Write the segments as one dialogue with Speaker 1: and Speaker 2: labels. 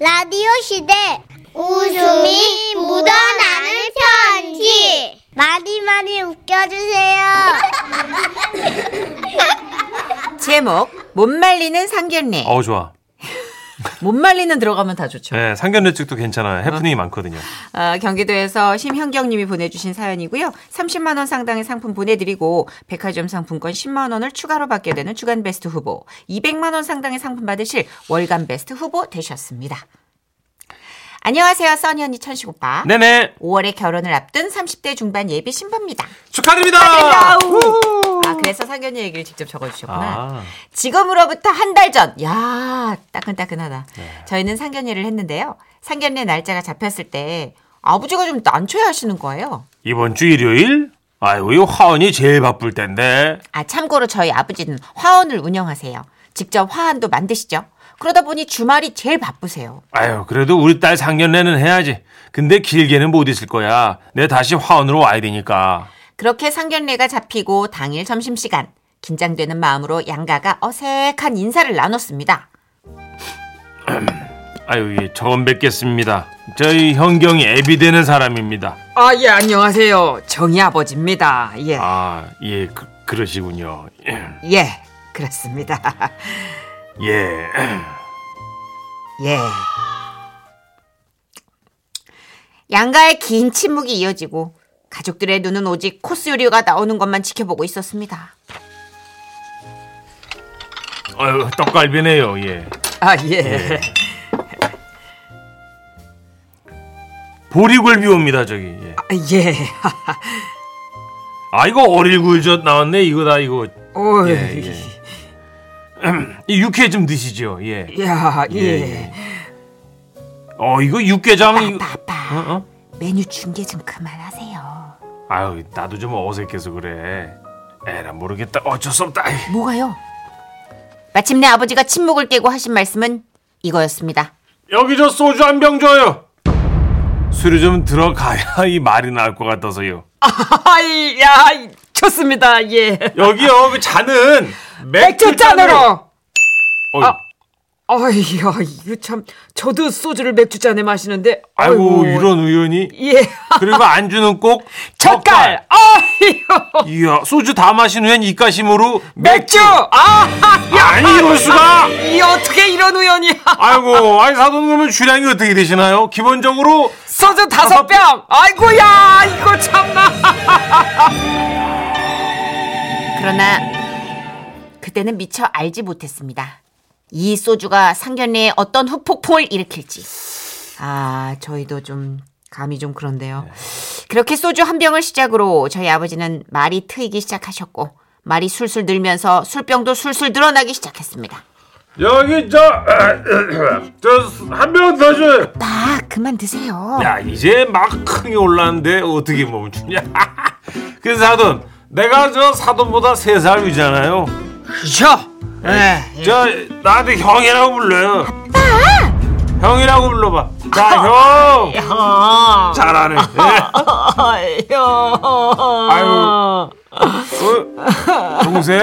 Speaker 1: 라디오 시대 웃음이 묻어나는 편지 많이 많이 웃겨주세요.
Speaker 2: 제목 못 말리는 상견례.
Speaker 3: 어우 좋아.
Speaker 2: 못 말리는 들어가면 다 좋죠. 어.
Speaker 3: 네, 상견례 측도 괜찮아요. 해프닝이 많거든요.
Speaker 2: 아, 경기도에서 심현경님이 보내주신 사연이고요. 30만 원 상당의 상품 보내드리고 백화점 상품권 10만 원을 추가로 받게 되는 주간 베스트 후보, 200만 원 상당의 상품 받으실 월간 베스트 후보 되셨습니다. 안녕하세요, 써니 언니 천식 오빠.
Speaker 3: 네네
Speaker 2: 5월에 결혼을 앞둔 30대 중반 예비 신부입니다.
Speaker 3: 축하드립니다.
Speaker 2: 아우. 아, 그래서 상견례 얘기를 직접 적어주셨구나.
Speaker 3: 아,
Speaker 2: 지금으로부터 한 달 전. 야, 따끈따끈하다. 저희는 상견례를 했는데요. 상견례 날짜가 잡혔을 때 아버지가 좀 난처해 하시는 거예요.
Speaker 3: 이번 주 일요일? 아이고 이 화원이 제일 바쁠 텐데.
Speaker 2: 아, 참고로 저희 아버지는 화원을 운영하세요. 직접 화환도 만드시죠. 그러다 보니 주말이 제일 바쁘세요.
Speaker 3: 아유 그래도 우리 딸 상견례는 해야지. 근데 길게는 못 있을 거야. 내 다시 화원으로 와야 되니까.
Speaker 2: 그렇게 상견례가 잡히고 당일 점심시간 긴장되는 마음으로 양가가 어색한 인사를 나눴습니다.
Speaker 3: 아유 예, 처음 뵙겠습니다. 저희 현경이 애비 되는 사람입니다.
Speaker 2: 아, 예, 안녕하세요. 정희 아버지입니다. 예.
Speaker 3: 아 예 그, 그러시군요.
Speaker 2: 예, 그렇습니다.
Speaker 3: 예.
Speaker 2: 예. 양가의 긴 침묵이 이어지고 가족들의 눈은 오직 코스 요리가 나오는 것만 지켜보고 있었습니다.
Speaker 3: 아유 떡갈비네요. 예.
Speaker 2: 아 예.
Speaker 3: 보리굴비 옵니다 저기. 예.
Speaker 2: 아, 예.
Speaker 3: 아 이거 어릴굴젓 나왔네 이거다 이거
Speaker 2: 오.
Speaker 3: 예, 이 육회 좀 드시죠 예.
Speaker 2: 야
Speaker 3: 예, 예. 어 이거 육개장 이거-
Speaker 2: 아빠
Speaker 3: 어? 어?
Speaker 2: 메뉴 중계 좀 그만하세요.
Speaker 3: 아유 나도 좀 어색해서 그래 에라 모르겠다 어쩔 수 없다
Speaker 2: 뭐가요? 마침내 아버지가 침묵을 깨고 하신 말씀은 이거였습니다.
Speaker 3: 여기 저 소주 한 병 줘요 술이 좀 들어가야 이 말이 나올 것 같아서요
Speaker 2: 아이 야 좋습니다. 예.
Speaker 3: 여기요 그 잔은
Speaker 4: 아,
Speaker 3: 어이,
Speaker 4: 아이야 이거 참 저도 소주를 맥주잔에 마시는데
Speaker 3: 아이고 이런 의원이
Speaker 4: 예
Speaker 3: 그리고 안주는 꼭
Speaker 4: 젓갈 아이요
Speaker 3: 이야 소주 다 마신 후엔 이까심으로
Speaker 4: 맥주 아야
Speaker 3: 아니 이럴 수가
Speaker 4: 이 어떻게 이런 우연이야
Speaker 3: 아이고, 아니 사돈금은 주량이 어떻게 되시나요? 기본적으로
Speaker 4: 소주 다섯 병 아이고야 이거 참나
Speaker 2: 그러나 그때는 미처 알지 못했습니다. 이 소주가 상견례에 어떤 후폭풍을 일으킬지. 아, 저희도 좀 감이 좀 그런데요.
Speaker 4: 네.
Speaker 2: 그렇게 소주 한 병을 시작으로 저희 아버지는 말이 트이기 시작하셨고 말이 술술 늘면서 술병도 술술 늘어나기 시작했습니다.
Speaker 3: 여기 저저한 병 더 줘요.
Speaker 2: 아, 그만 드세요.
Speaker 3: 야 이제 막 흥이 올랐는데 어떻게 멈추냐? 그 사돈, 내가 저 사돈보다 세 살 위잖아요. 예,
Speaker 4: 그죠
Speaker 3: 저 나한테 형이라고 불러요. 형이라고 불러봐. 자 형. 잘하네. 예.
Speaker 4: 아이요
Speaker 3: 아유. 어? 동생.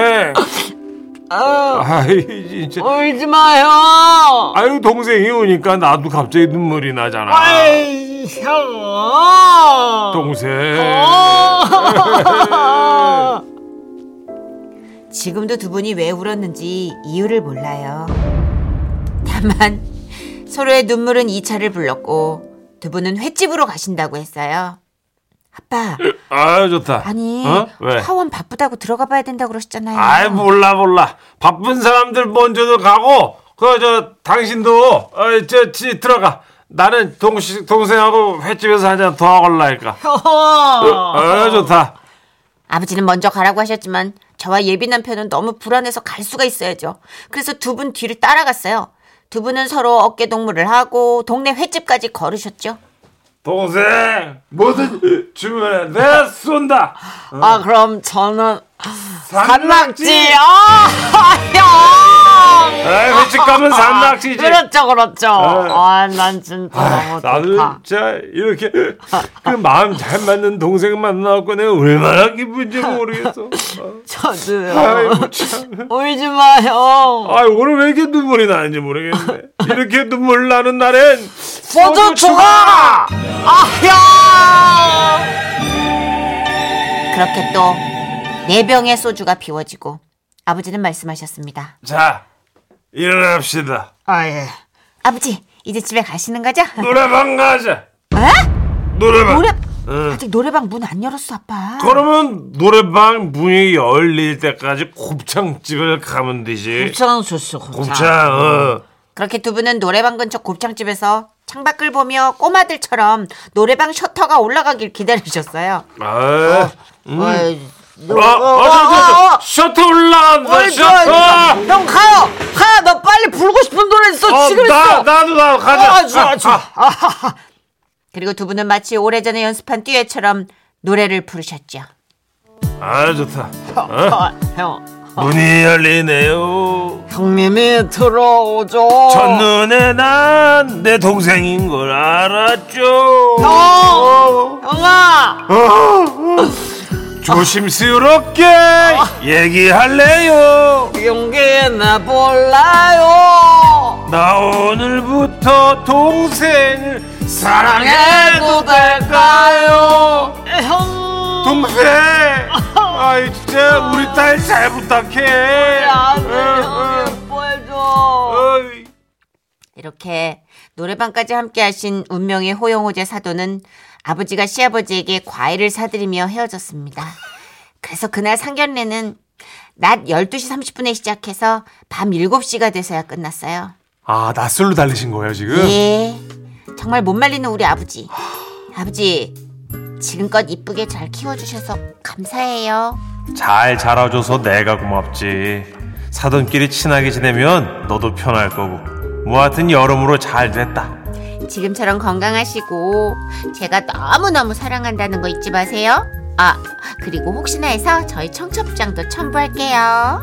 Speaker 3: 아이 진짜.
Speaker 4: 울지 마요
Speaker 3: 아유 동생이 오니까 나도 갑자기 눈물이 나잖아.
Speaker 4: 아이요
Speaker 3: 동생.
Speaker 2: 어? 지금도 두 분이 왜 울었는지 이유를 몰라요. 다만 서로의 눈물은 이차를 불렀고 두 분은 횟집으로 가신다고 했어요. 아빠,
Speaker 3: 아유 좋다.
Speaker 2: 아니
Speaker 3: 어? 왜?
Speaker 2: 화원 바쁘다고 들어가 봐야 된다고 그러셨잖아요.
Speaker 3: 아이 뭐. 몰라 몰라. 바쁜 사람들 먼저도 가고 그 저 당신도 어저 들어가. 나는 동시, 동생하고 횟집에서 한 잔 더 하걸라 할까.
Speaker 2: 어.
Speaker 3: 아유 좋다.
Speaker 2: 아버지는 먼저 가라고 하셨지만 저와 예비 남편은 너무 불안해서 갈 수가 있어야죠. 그래서 두 분 뒤를 따라갔어요. 두 분은 서로 어깨 동무를 하고 동네 횟집까지 걸으셨죠.
Speaker 3: 동생 뭐든 주문해 내가 쏜다
Speaker 2: 아 그럼 저는 산낙지.
Speaker 3: 산낙지
Speaker 2: 아, 형.
Speaker 3: 아, 회집 가면 산낙지지
Speaker 2: 그렇죠, 그렇죠.
Speaker 3: 네.
Speaker 2: 아, 난 진짜 너무
Speaker 3: 아, 나는
Speaker 2: 좋다.
Speaker 3: 진짜 이렇게 그 마음 잘 맞는 동생 만나고 내가 얼마나 기쁜지 모르겠어
Speaker 2: 저도요.
Speaker 3: 아이고 참
Speaker 2: 울지 마, 형.
Speaker 3: 아 오늘 왜 이렇게 눈물이 나는지 모르겠네 이렇게 눈물 나는 날엔
Speaker 2: 소주 추가! 아, 형! 그렇게 또 네 병의 소주가 비워지고 아버지는 말씀하셨습니다.
Speaker 3: 자 일어납시다
Speaker 2: 아, 예. 아버지, 이제 집에 가시는 거죠?
Speaker 3: 네. 노래방 가자
Speaker 2: 에?
Speaker 3: 노래방
Speaker 2: 노래
Speaker 3: 응.
Speaker 2: 아직 노래방 문 안 열었어, 아빠.
Speaker 3: 그러면 노래방 문이 열릴 때까지 곱창집을 가면 되지.
Speaker 2: 곱창 소스 곱창.
Speaker 3: 곱창. 어.
Speaker 2: 그렇게 두 분은 노래방 근처 곱창집에서 창밖을 보며 꼬마들처럼 노래방 셔터가 올라가길 기다리셨어요.
Speaker 3: 아,
Speaker 2: 어이,
Speaker 3: 아, 아,
Speaker 2: 어, 어, 어.
Speaker 3: 저, 저, 저, 셔터 올라간다.
Speaker 2: 어이,
Speaker 3: 셔터.
Speaker 2: 좋아, 좋아. 형 가요, 가요. 너 빨리 부르고 싶은 노래 있어.
Speaker 3: 어,
Speaker 2: 지금
Speaker 3: 나,
Speaker 2: 있어.
Speaker 3: 나도 나 가자.
Speaker 2: 아, 좋아, 좋아. 아하하. 그리고 두 분은 마치 오래전에 연습한 듀엣처럼 노래를 부르셨죠.
Speaker 3: 아, 좋다.
Speaker 2: 어, 형,
Speaker 3: 문이 열리네요.
Speaker 2: 형님이 들어오죠.
Speaker 3: 첫눈에 난 내 동생인 걸 알았죠.
Speaker 2: 형,
Speaker 3: 어.
Speaker 2: 형아,
Speaker 3: 조심스럽게 얘기할래요.
Speaker 2: 용기 내볼래요.
Speaker 3: 나 오늘부터 동생을 사랑해도
Speaker 2: 해도 될까요?
Speaker 3: 동생 아이 진짜 우리 딸 잘 부탁해 응, 응.
Speaker 2: 예뻐해줘.
Speaker 3: 어이.
Speaker 2: 이렇게 노래방까지 함께하신 운명의 호영호제 사도는 아버지가 시아버지에게 과일을 사드리며 헤어졌습니다. 그래서 그날 상견례는 낮 12시 30분에 시작해서 밤 7시가 돼서야 끝났어요.
Speaker 3: 아 낯설로 달리신 거예요 지금
Speaker 2: 예. 정말 못 말리는 우리 아버지. 아버지, 지금껏 이쁘게 잘 키워주셔서 감사해요.
Speaker 3: 잘 자라줘서 내가 고맙지 사돈끼리 친하게 지내면 너도 편할 거고 뭐 하여튼 여러모로 잘 됐다
Speaker 2: 지금처럼 건강하시고 제가 너무너무 사랑한다는 거 잊지 마세요. 아, 그리고 혹시나 해서 저희 청첩장도 첨부할게요.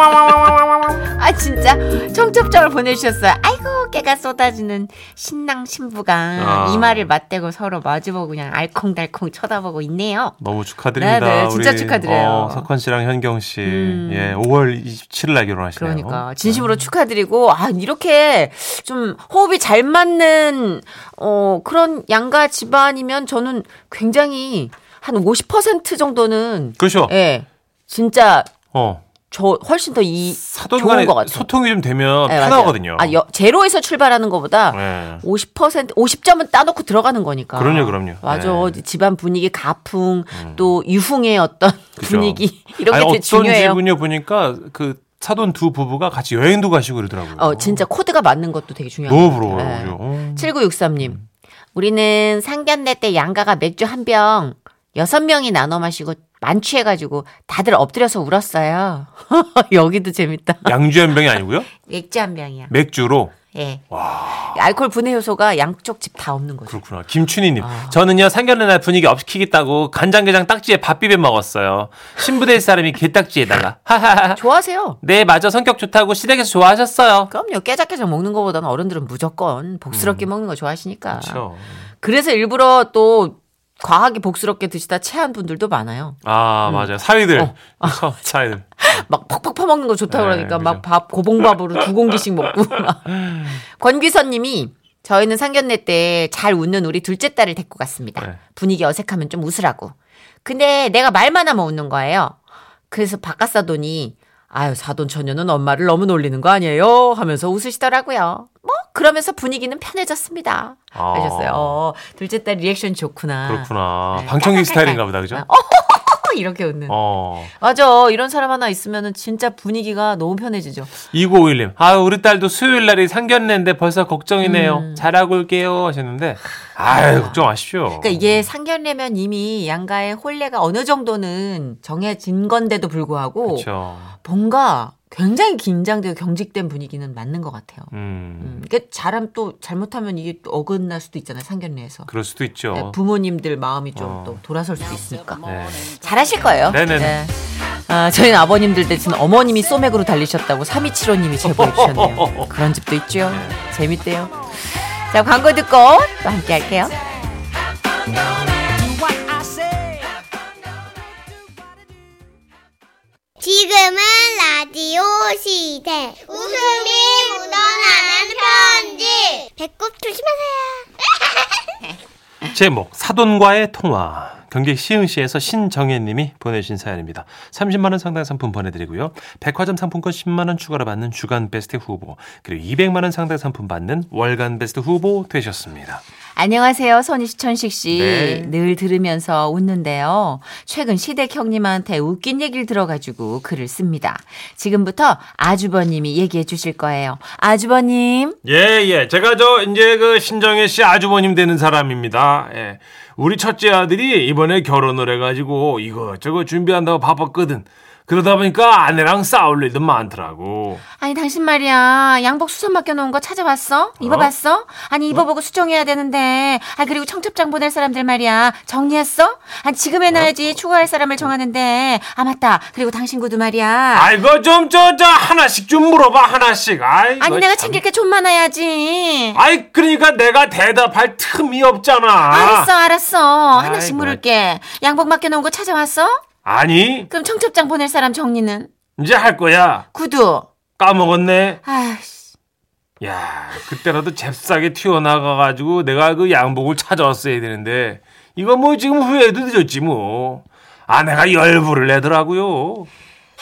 Speaker 2: 아, 진짜 청첩장을 보내주셨어요. 아이고, 깨가 쏟아지는 신랑 신부가
Speaker 3: 아.
Speaker 2: 이마를 맞대고 서로 마주보고 그냥 알콩달콩 쳐다보고 있네요.
Speaker 3: 너무 축하드립니다.
Speaker 2: 네네, 진짜
Speaker 3: 우리,
Speaker 2: 축하드려요. 음.
Speaker 3: 어, 석환 씨랑 현경 씨, 예, 5월 27일 날 결혼하시네요.
Speaker 2: 그러니까 진심으로 축하드리고 아 이렇게 좀 호흡이 잘 맞는 어 그런 양가 집안이면 저는 굉장히 한 50% 정도는
Speaker 3: 그렇죠.
Speaker 2: 예. 진짜
Speaker 3: 어,
Speaker 2: 저 훨씬 더 이
Speaker 3: 사돈
Speaker 2: 좋은
Speaker 3: 간에
Speaker 2: 것 같아요.
Speaker 3: 소통이 좀 되면
Speaker 2: 예, 맞아요.
Speaker 3: 어, 편하거든요.
Speaker 2: 아, 여- 제로에서 출발하는 것보다
Speaker 3: 예.
Speaker 2: 50% 50점은 따놓고 들어가는 거니까.
Speaker 3: 그럼요, 그럼요.
Speaker 2: 맞아.
Speaker 3: 네. 음.
Speaker 2: 집안 분위기 가풍 또 유흥의 어떤
Speaker 3: 그죠.
Speaker 2: 분위기 이런
Speaker 3: 아니,
Speaker 2: 게 되게
Speaker 3: 어떤
Speaker 2: 중요해요.
Speaker 3: 집은요 보니까 그 사돈 두 부부가 같이 여행도 가시고 그러더라고요.
Speaker 2: 어 진짜 코드가 맞는 것도 되게 중요해요. 네.
Speaker 3: 너무 부러워요. 그죠? 어.
Speaker 2: 7963님. 우리는 상견례 때 양가가 맥주 한 병 여섯 명이 나눠 마시고 만취해가지고 다들 엎드려서 울었어요. 여기도 재밌다.
Speaker 3: 양주 한병이 아니고요.
Speaker 2: 맥주 한 병이야.
Speaker 3: 맥주로
Speaker 2: 예. 알코올 분해 효소가 양쪽 집 다 없는 거죠.
Speaker 3: 그렇구나. 김춘희님,
Speaker 2: 아.
Speaker 3: 저는요 상견례 날 분위기 업시키겠다고 간장게장 딱지에 밥 비벼 먹었어요. 신부 될 사람이 게딱지에다가 하하하.
Speaker 2: 좋아하세요.
Speaker 3: 네 맞아 성격 좋다고 시댁에서 좋아하셨어요.
Speaker 2: 그럼요. 깨작깨작 먹는 것보다는 어른들은 무조건 복스럽게 먹는 거 좋아하시니까.
Speaker 3: 음. 그렇죠.
Speaker 2: 래서 일부러 또 과하게 복스럽게 드시다 체한 분들도 많아요.
Speaker 3: 아 맞아요 사위들
Speaker 2: 어.
Speaker 3: 그렇죠, 사위들
Speaker 2: 막 퍽퍽 퍼먹는 거 좋다고
Speaker 3: 네,
Speaker 2: 그러니까
Speaker 3: 그죠.
Speaker 2: 막 밥 고봉밥으로 두 공기씩 먹고 권귀선님이 저희는 상견례 때 잘 웃는 우리 둘째 딸을 데리고 갔습니다.
Speaker 3: 네.
Speaker 2: 분위기 어색하면 좀 웃으라고. 근데 내가 말만 하면 웃는 거예요. 그래서 바깥 사돈이 아유 사돈 처녀는 엄마를 너무 놀리는 거 아니에요? 하면서 웃으시더라고요. 뭐 그러면서 분위기는 편해졌습니다.
Speaker 3: 아.
Speaker 2: 하셨어요. 어, 둘째 딸 리액션 좋구나.
Speaker 3: 그렇구나
Speaker 2: 네.
Speaker 3: 방청객 스타일인가 보다 그죠?
Speaker 2: 어, 이렇게 웃는.
Speaker 3: 어.
Speaker 2: 맞아. 이런 사람 하나 있으면은 진짜 분위기가 너무 편해지죠.
Speaker 3: 2951님, 아, 우리 딸도 수요일 날이 상견례인데 벌써 걱정이네요. 잘하고 올게요. 하셨는데, 아유, 걱정 마십시오.
Speaker 2: 음. 그러니까 이게 상견례면 이미 양가의 혼례가 어느 정도는 정해진 건데도 불구하고
Speaker 3: 그쵸.
Speaker 2: 뭔가 굉장히 긴장되고 경직된 분위기는 맞는 것 같아요.
Speaker 3: 음,
Speaker 2: 음, 그러니까 잘하면 또 잘못하면 이게 또 어긋날 수도 있잖아요. 상견례에서.
Speaker 3: 그럴 수도 있죠.
Speaker 2: 네, 부모님들 마음이 좀
Speaker 3: 어.
Speaker 2: 또 돌아설 수도 있으니까.
Speaker 3: 네.
Speaker 2: 잘하실 거예요.
Speaker 3: 네네네.
Speaker 2: 네. 아, 저희는 아버님들 대신 어머님이 소맥으로 달리셨다고 3275님이 제보해 주셨네요. 그런 집도 있죠. 재밌대요. 자, 광고 듣고 또 함께 할게요.
Speaker 1: 지금은 라디오 시대. 웃음이 묻어나는 편지. 배꼽 조심하세요.
Speaker 3: 제목 사돈과의 통화 경기 시흥시에서 신정혜님이 보내주신 사연입니다. 30만 원 상당 상품 보내드리고요. 백화점 상품권 10만 원 추가로 받는 주간 베스트 후보 그리고 200만 원 상당 상품 받는 월간 베스트 후보 되셨습니다.
Speaker 2: 안녕하세요, 선희 씨, 천식 씨.
Speaker 3: 네.
Speaker 2: 늘 들으면서 웃는데요. 최근 시댁 형님한테 웃긴 얘기를 들어가지고 글을 씁니다. 지금부터 아주버님이 얘기해 주실 거예요. 아주버님.
Speaker 3: 예예 제가 저 이제 그 신정혜 씨 아주버님 되는 사람입니다. 예. 우리 첫째 아들이 이번에 결혼을 해가지고 이것저것 준비한다고 바빴거든. 그러다 보니까 아내랑 싸울 일도 많더라고.
Speaker 2: 아니, 당신 말이야. 양복 수선 맡겨놓은 거 찾아봤어? 입어봤어? 아니, 입어보고 수정해야 되는데. 아, 그리고 청첩장 보낼 사람들 말이야. 정리했어? 아니, 지금 해놔야지. 추가할 사람을 정하는데. 아, 맞다. 그리고 당신 구두 말이야.
Speaker 3: 아이고 좀 저 저 하나씩 좀 물어봐 하나씩. 아이, 뭐
Speaker 2: 아니, 내가 챙길 게 좀 많아야지.
Speaker 3: 아이 그러니까 내가 대답할 틈이 없잖아.
Speaker 2: 알았어, 알았어.
Speaker 3: 아이,
Speaker 2: 하나씩
Speaker 3: 뭐.
Speaker 2: 물을게. 양복 맡겨놓은 거 찾아왔어?
Speaker 3: 아니
Speaker 2: 그럼 청첩장 보낼 사람 정리는?
Speaker 3: 이제 할 거야.
Speaker 2: 구두.
Speaker 3: 까먹었네.
Speaker 2: 아이씨.
Speaker 3: 야 그때라도 잽싸게 튀어나가가지고 내가 그 양복을 찾아왔어야 되는데 이거 뭐 지금 후회해도 늦었지 뭐. 아내가 열불을 내더라고요.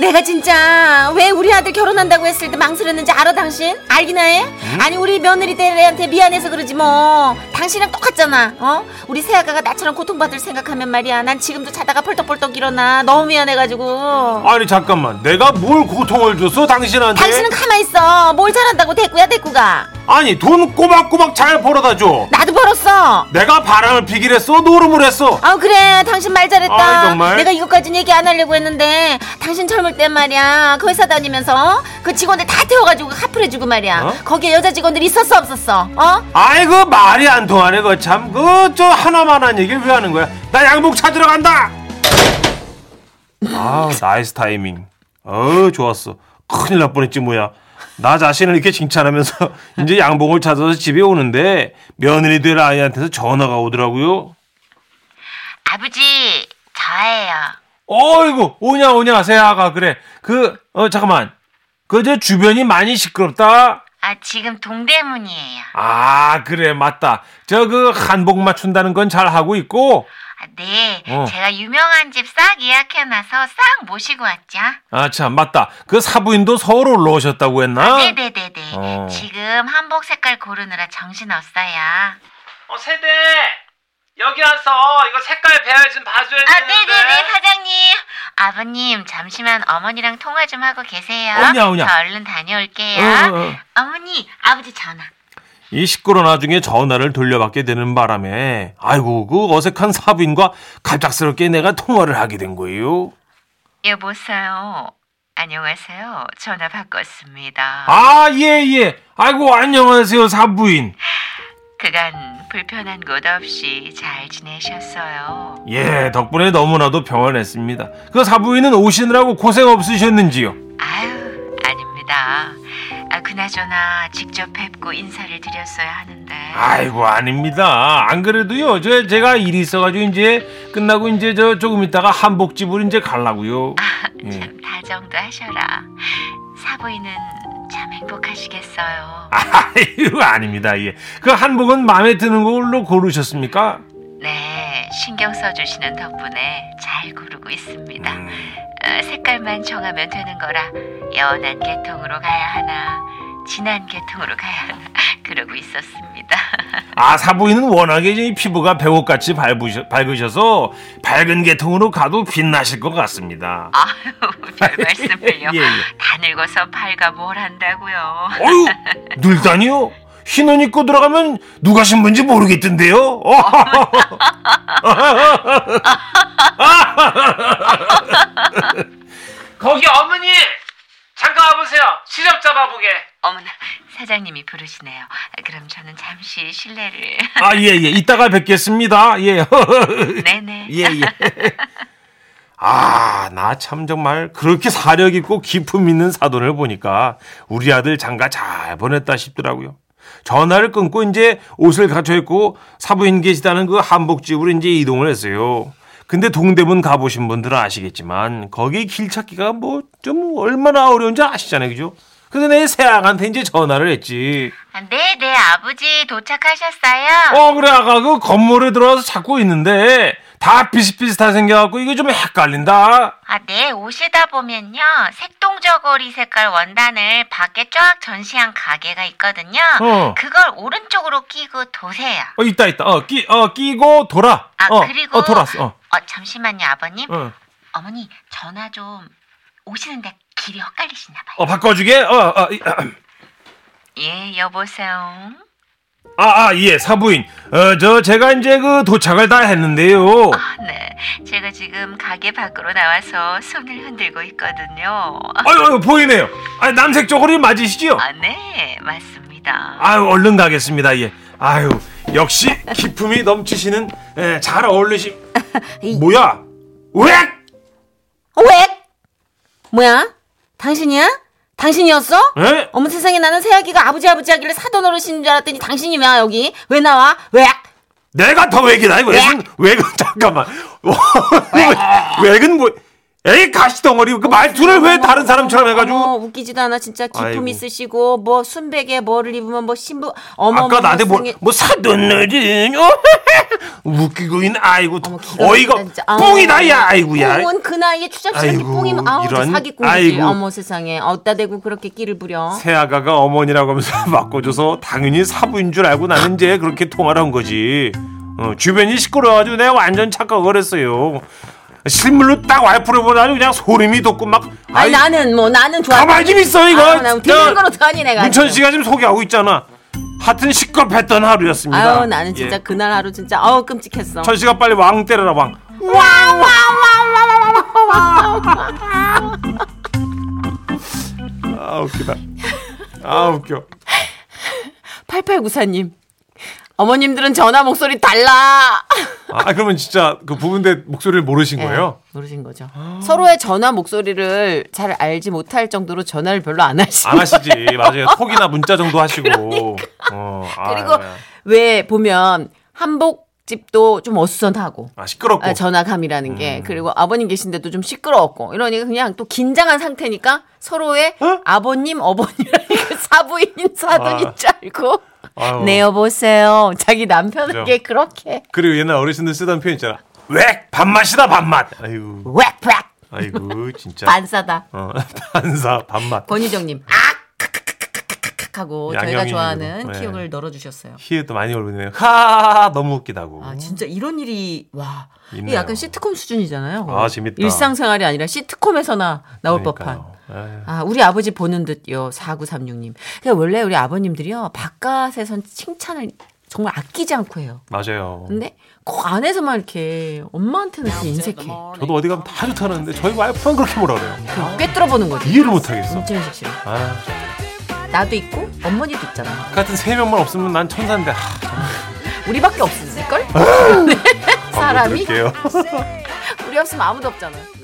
Speaker 2: 내가 진짜 왜 우리 아들 결혼한다고 했을 때 망설였는지 알아 당신? 알기나 해? 아니 우리 며느리 대리한테 미안해서 그러지 뭐 당신이랑 똑같잖아 어? 우리 새아가가 나처럼 고통받을 생각하면 말이야 난 지금도 자다가 펄떡펄떡 일어나 너무 미안해가지고
Speaker 3: 아니 잠깐만 내가 뭘 고통을 줬어 당신한테?
Speaker 2: 당신은 가만히 있어 뭘 잘한다고 대꾸야 대꾸가
Speaker 3: 아니 돈 꼬박꼬박 잘 벌어다 줘.
Speaker 2: 나도 벌었어
Speaker 3: 내가 바람을 피기로 했어 노름을 했어.
Speaker 2: 아 그래 당신 말 잘했다
Speaker 3: 아, 정말?
Speaker 2: 내가 이것까진 얘기 안 하려고 했는데 당신 젊을 때 말이야 그 회사 다니면서 그 직원들 다 태워가지고 카풀해주고 말이야
Speaker 3: 어?
Speaker 2: 거기에 여자 직원들 있었어 없었어 어?
Speaker 3: 아이고 그 말이 안 통하네 그참그 저 하나만한 얘기를 왜 하는 거야 나 양복 찾으러 간다 아 나이스 타이밍 어 좋았어 큰일 날 뻔했지 뭐야 나 자신을 이렇게 칭찬하면서 이제 양복을 찾아서 집에 오는데 며느리 될 아이한테서 전화가 오더라고요
Speaker 2: 아버지 저예요
Speaker 3: 어이구 오냐 오냐 세아가 그래 그 어 잠깐만 그저 주변이 많이 시끄럽다
Speaker 2: 아 지금 동대문이에요
Speaker 3: 아 그래 맞다 저 그 한복 맞춘다는 건 잘 하고 있고
Speaker 2: 네
Speaker 3: 어.
Speaker 2: 제가 유명한 집 싹 예약해놔서 싹 모시고 왔죠
Speaker 3: 아, 참, 맞다. 그 사부인도 서울 올라오셨다고 했나?
Speaker 2: 네네네네
Speaker 3: 어.
Speaker 2: 지금 한복 색깔 고르느라 정신없어요
Speaker 5: 어, 세대 여기 와서 이거 색깔 배열 좀 봐줘야
Speaker 2: 아
Speaker 5: 되는데.
Speaker 2: 네네네 사장님 아버님 잠시만 어머니랑 통화 좀 하고 계세요
Speaker 3: 오냐, 오냐.
Speaker 2: 저 얼른 다녀올게요
Speaker 3: 어, 어, 어.
Speaker 2: 어머니 아버지 전화
Speaker 3: 이 시끄러 나중에 전화를 돌려받게 되는 바람에, 아이고, 그 어색한 사부인과 갑작스럽게 내가 통화를 하게 된 거예요.
Speaker 2: 여보세요 안녕하세요 전화 바꿨습니다
Speaker 3: 아, 예, 예. 아이고, 안녕하세요, 사부인.
Speaker 2: 그간 불편한 곳 없이 잘 지내셨어요.
Speaker 3: 예, 덕분에 너무나도 평안했습니다. 그 사부인은 오시느라고 고생 없으셨는지요?
Speaker 2: 아유, 아닙니다. 아, 그나저나 직접 뵙고 인사를 드렸어야 하는데.
Speaker 3: 아이고, 아닙니다. 안 그래도요, 저, 제가 일이 있어가지고, 이제, 끝나고, 이제, 저, 조금 있다가 한복집으로 이제 가려고요. 예.
Speaker 2: 참 다정도 하셔라. 사부인은 참 행복하시겠어요.
Speaker 3: 아유 아닙니다. 예. 그 한복은 마음에 드는 걸로 고르셨습니까?
Speaker 2: 네, 신경 써주시는 덕분에 잘 고르고 있습니다.
Speaker 3: 음,
Speaker 2: 아, 색깔만 정하면 되는 거라 연한 계통으로 가야 하나, 진한 계통으로 가야 하나 그러고 있었습니다.
Speaker 3: 아 사부인은 워낙에 이 피부가 백옥같이 밝으셔, 밝으셔서 밝은 계통으로 가도 빛나실 것 같습니다.
Speaker 2: 아유, 별 말씀을요.
Speaker 3: 예, 예.
Speaker 2: 다 늙어서 팔가 뭘 한다고요.
Speaker 3: 어유 늙다니요? 흰옷 입고 들어가면 누가 신분지 모르겠던데요. 어허허허.
Speaker 5: 거기 어머니
Speaker 6: 잠깐 와보세요. 시접 잡아보게.
Speaker 7: 어머나 사장님이 부르시네요. 그럼 저는 잠시 실례를.
Speaker 3: 아, 예, 예. 이따가 뵙겠습니다. 예.
Speaker 7: 네네.
Speaker 3: 예, 예. 아, 나 참 정말 그렇게 사력 있고 기품 있는 사돈을 보니까 우리 아들 장가 잘 보냈다 싶더라고요. 전화를 끊고 이제 옷을 갖춰 입고 사부인 계시다는 그 한복집으로 이제 이동을 했어요. 근데 동대문 가보신 분들은 아시겠지만 거기 길 찾기가 뭐 좀 얼마나 어려운지 아시잖아요, 그죠? 그래서 내 새아한테 이제 전화를 했지.
Speaker 2: 아,
Speaker 7: 네네 아버지 도착하셨어요.
Speaker 3: 어 그래 아까 그 건물에 들어와서 찾고 있는데 다 비슷비슷하게 생겨갖고 이게 좀 헷갈린다
Speaker 7: 아네 오시다 보면요 색동저고리 색깔 원단을 밖에 쫙 전시한 가게가 있거든요.
Speaker 3: 어.
Speaker 7: 그걸 오른쪽으로 끼고 도세요.
Speaker 3: 어 있다 있다 어, 끼, 어 끼고 돌아
Speaker 7: 아
Speaker 3: 어,
Speaker 7: 그리고
Speaker 3: 어 돌았어 어.
Speaker 7: 어, 잠시만요 아버님.
Speaker 3: 어.
Speaker 7: 어머니 전화 좀 오시는데 길이 헛갈리시나 봐요.
Speaker 3: 어, 바꿔주게 어아아예
Speaker 7: 예 여보세요.
Speaker 3: 아, 사부인 어 저 제가 이제 그 도착을 다 했는데요
Speaker 7: 아, 네 제가 지금 가게 밖으로 나와서 손을 흔들고 있거든요.
Speaker 3: 아유, 아유 보이네요 아 남색 쪼그리 맞으시죠
Speaker 7: 아, 네 맞습니다.
Speaker 3: 아유 얼른 가겠습니다 예 아유 역시 기품이 넘치시는 예, 잘 어울리시 뭐야 왜
Speaker 7: 어, 왜? 뭐야? 당신이야? 당신이었어?
Speaker 3: 에?
Speaker 7: 어머 세상에 나는 새아기가 아버지 아버지 하길래 사돈 어르신인 줄 알았더니 당신이 와 여기 왜 나와? 왜?
Speaker 3: 내가 더 외기다 이거 외근 외근 잠깐만 어, 외근 뭐 에이 가시덩어리 그 말투를 왜 다른 사람처럼
Speaker 7: 어머,
Speaker 3: 해가지고
Speaker 7: 웃기지도 않아 진짜 기품
Speaker 3: 아이고.
Speaker 7: 있으시고 뭐 순백에 뭐를 입으면 뭐 신부 어머
Speaker 3: 아까
Speaker 7: 어머,
Speaker 3: 나한테 뭐,
Speaker 7: 세상에.
Speaker 3: 뭐 사돈너린 웃기고 있는 아이고
Speaker 7: 어머, 뭐 기가
Speaker 3: 어이가
Speaker 7: 막히다, 진짜. 아우.
Speaker 3: 뿡이다 야 아이고야
Speaker 7: 뽕은 그 나이에 추잡스럽게
Speaker 3: 아이고,
Speaker 7: 뽕이면 아우
Speaker 3: 이런.
Speaker 7: 사기꾼이지
Speaker 3: 아이고.
Speaker 7: 어머 세상에 어디다 대고 그렇게 끼를 부려
Speaker 3: 새아가가 어머니라고 하면서 바꿔줘서 당연히 사부인 줄 알고 나는 이제 그렇게 통화를 한 거지 어, 주변이 시끄러워가지고 내가 완전 착각을 했어요 실물로 딱 와이프를 보다니 그냥 소름이 돋고 막
Speaker 7: 아니
Speaker 3: 아이,
Speaker 7: 나는 뭐 나는 좋아
Speaker 3: 가만히 좀 있어 이거
Speaker 7: 아우, 나
Speaker 3: 진짜.
Speaker 7: 듣는 걸 어떡하니 내가
Speaker 3: 문천
Speaker 7: 지금.
Speaker 3: 씨가 지금 소개하고 있잖아 하여튼 시끄럽했던 하루였습니다 예.
Speaker 7: 아유 나는 진짜 그날 하루 진짜 아우 끔찍했어
Speaker 3: 천 씨가 빨리 왕 때려라 왕 아, 웃기다 아 웃겨
Speaker 2: 8894님. 어머님들은 전화 목소리 달라.
Speaker 3: 아 그러면 진짜 그 부분대 목소리를 모르신 거예요?
Speaker 2: 모르신 거죠. 서로의 전화 목소리를 잘 알지 못할 정도로 전화를 별로 안 하시고.
Speaker 3: 안 하시지 맞아요 톡이나 문자 정도 하시고 어, 아,
Speaker 2: 그러니까. 그리고 왜 보면 한복집도 좀 어수선하고.
Speaker 3: 아 음. 시끄럽고
Speaker 2: 아, 전화감이라는 게 그리고 아버님 계신데도 좀 시끄러웠고 이러니까 그냥 또 긴장한 상태니까 서로의 아버님 어머니라니까 사부인 사돈인
Speaker 3: 어? 아.
Speaker 2: 줄 알고
Speaker 3: 아유.
Speaker 2: 네 여보세요 자기 남편에게 그렇게
Speaker 3: 그리고 옛날 어르신들 쓰던 표현 있잖아 웩 밥맛이다 밥맛 아이고
Speaker 7: 웩웩
Speaker 3: 아이고 진짜
Speaker 2: 반사다
Speaker 3: 어, 반사 밥맛
Speaker 2: 권희정님 아 크크크크크크 하고 저희가
Speaker 3: 양념이
Speaker 2: 좋아하는
Speaker 3: 이거. 네.
Speaker 2: 키읔을 널어주셨어요.
Speaker 3: 희애도 많이 올리네요 하하하 너무 웃기다고
Speaker 2: 아 진짜 이런 일이 와 이게
Speaker 3: 있네요.
Speaker 2: 약간 시트콤 수준이잖아요.
Speaker 3: 아, 재밌다.
Speaker 2: 일상생활이 아니라 시트콤에서나 나올 법한.
Speaker 3: 그러니까요. 에휴.
Speaker 2: 아, 우리 아버지 보는 듯요. 4936님. 그러니까 원래 우리 아버님들이요. 바깥에선 칭찬을 정말 아끼지 않고 해요.
Speaker 3: 맞아요.
Speaker 2: 근데 그 안에서만 이렇게 엄마한테는 되게 인색해.
Speaker 3: 저도 어디 가면 다 좋다는데 저희 와이프만 그렇게 뭐라 그래요.
Speaker 2: 그 꿰뚫어보는 거지.
Speaker 3: 이해를 못하겠어.
Speaker 2: 문천식 씨는.
Speaker 3: 아,
Speaker 2: 나도 있고 어머니도 있잖아.
Speaker 3: 같은 세 명만 없으면 난 천사인데. 아,
Speaker 2: 우리밖에 없을걸?
Speaker 3: 아, 뭐
Speaker 2: 사람이?
Speaker 3: 그럴게요.
Speaker 2: 우리 없으면 아무도 없잖아. 요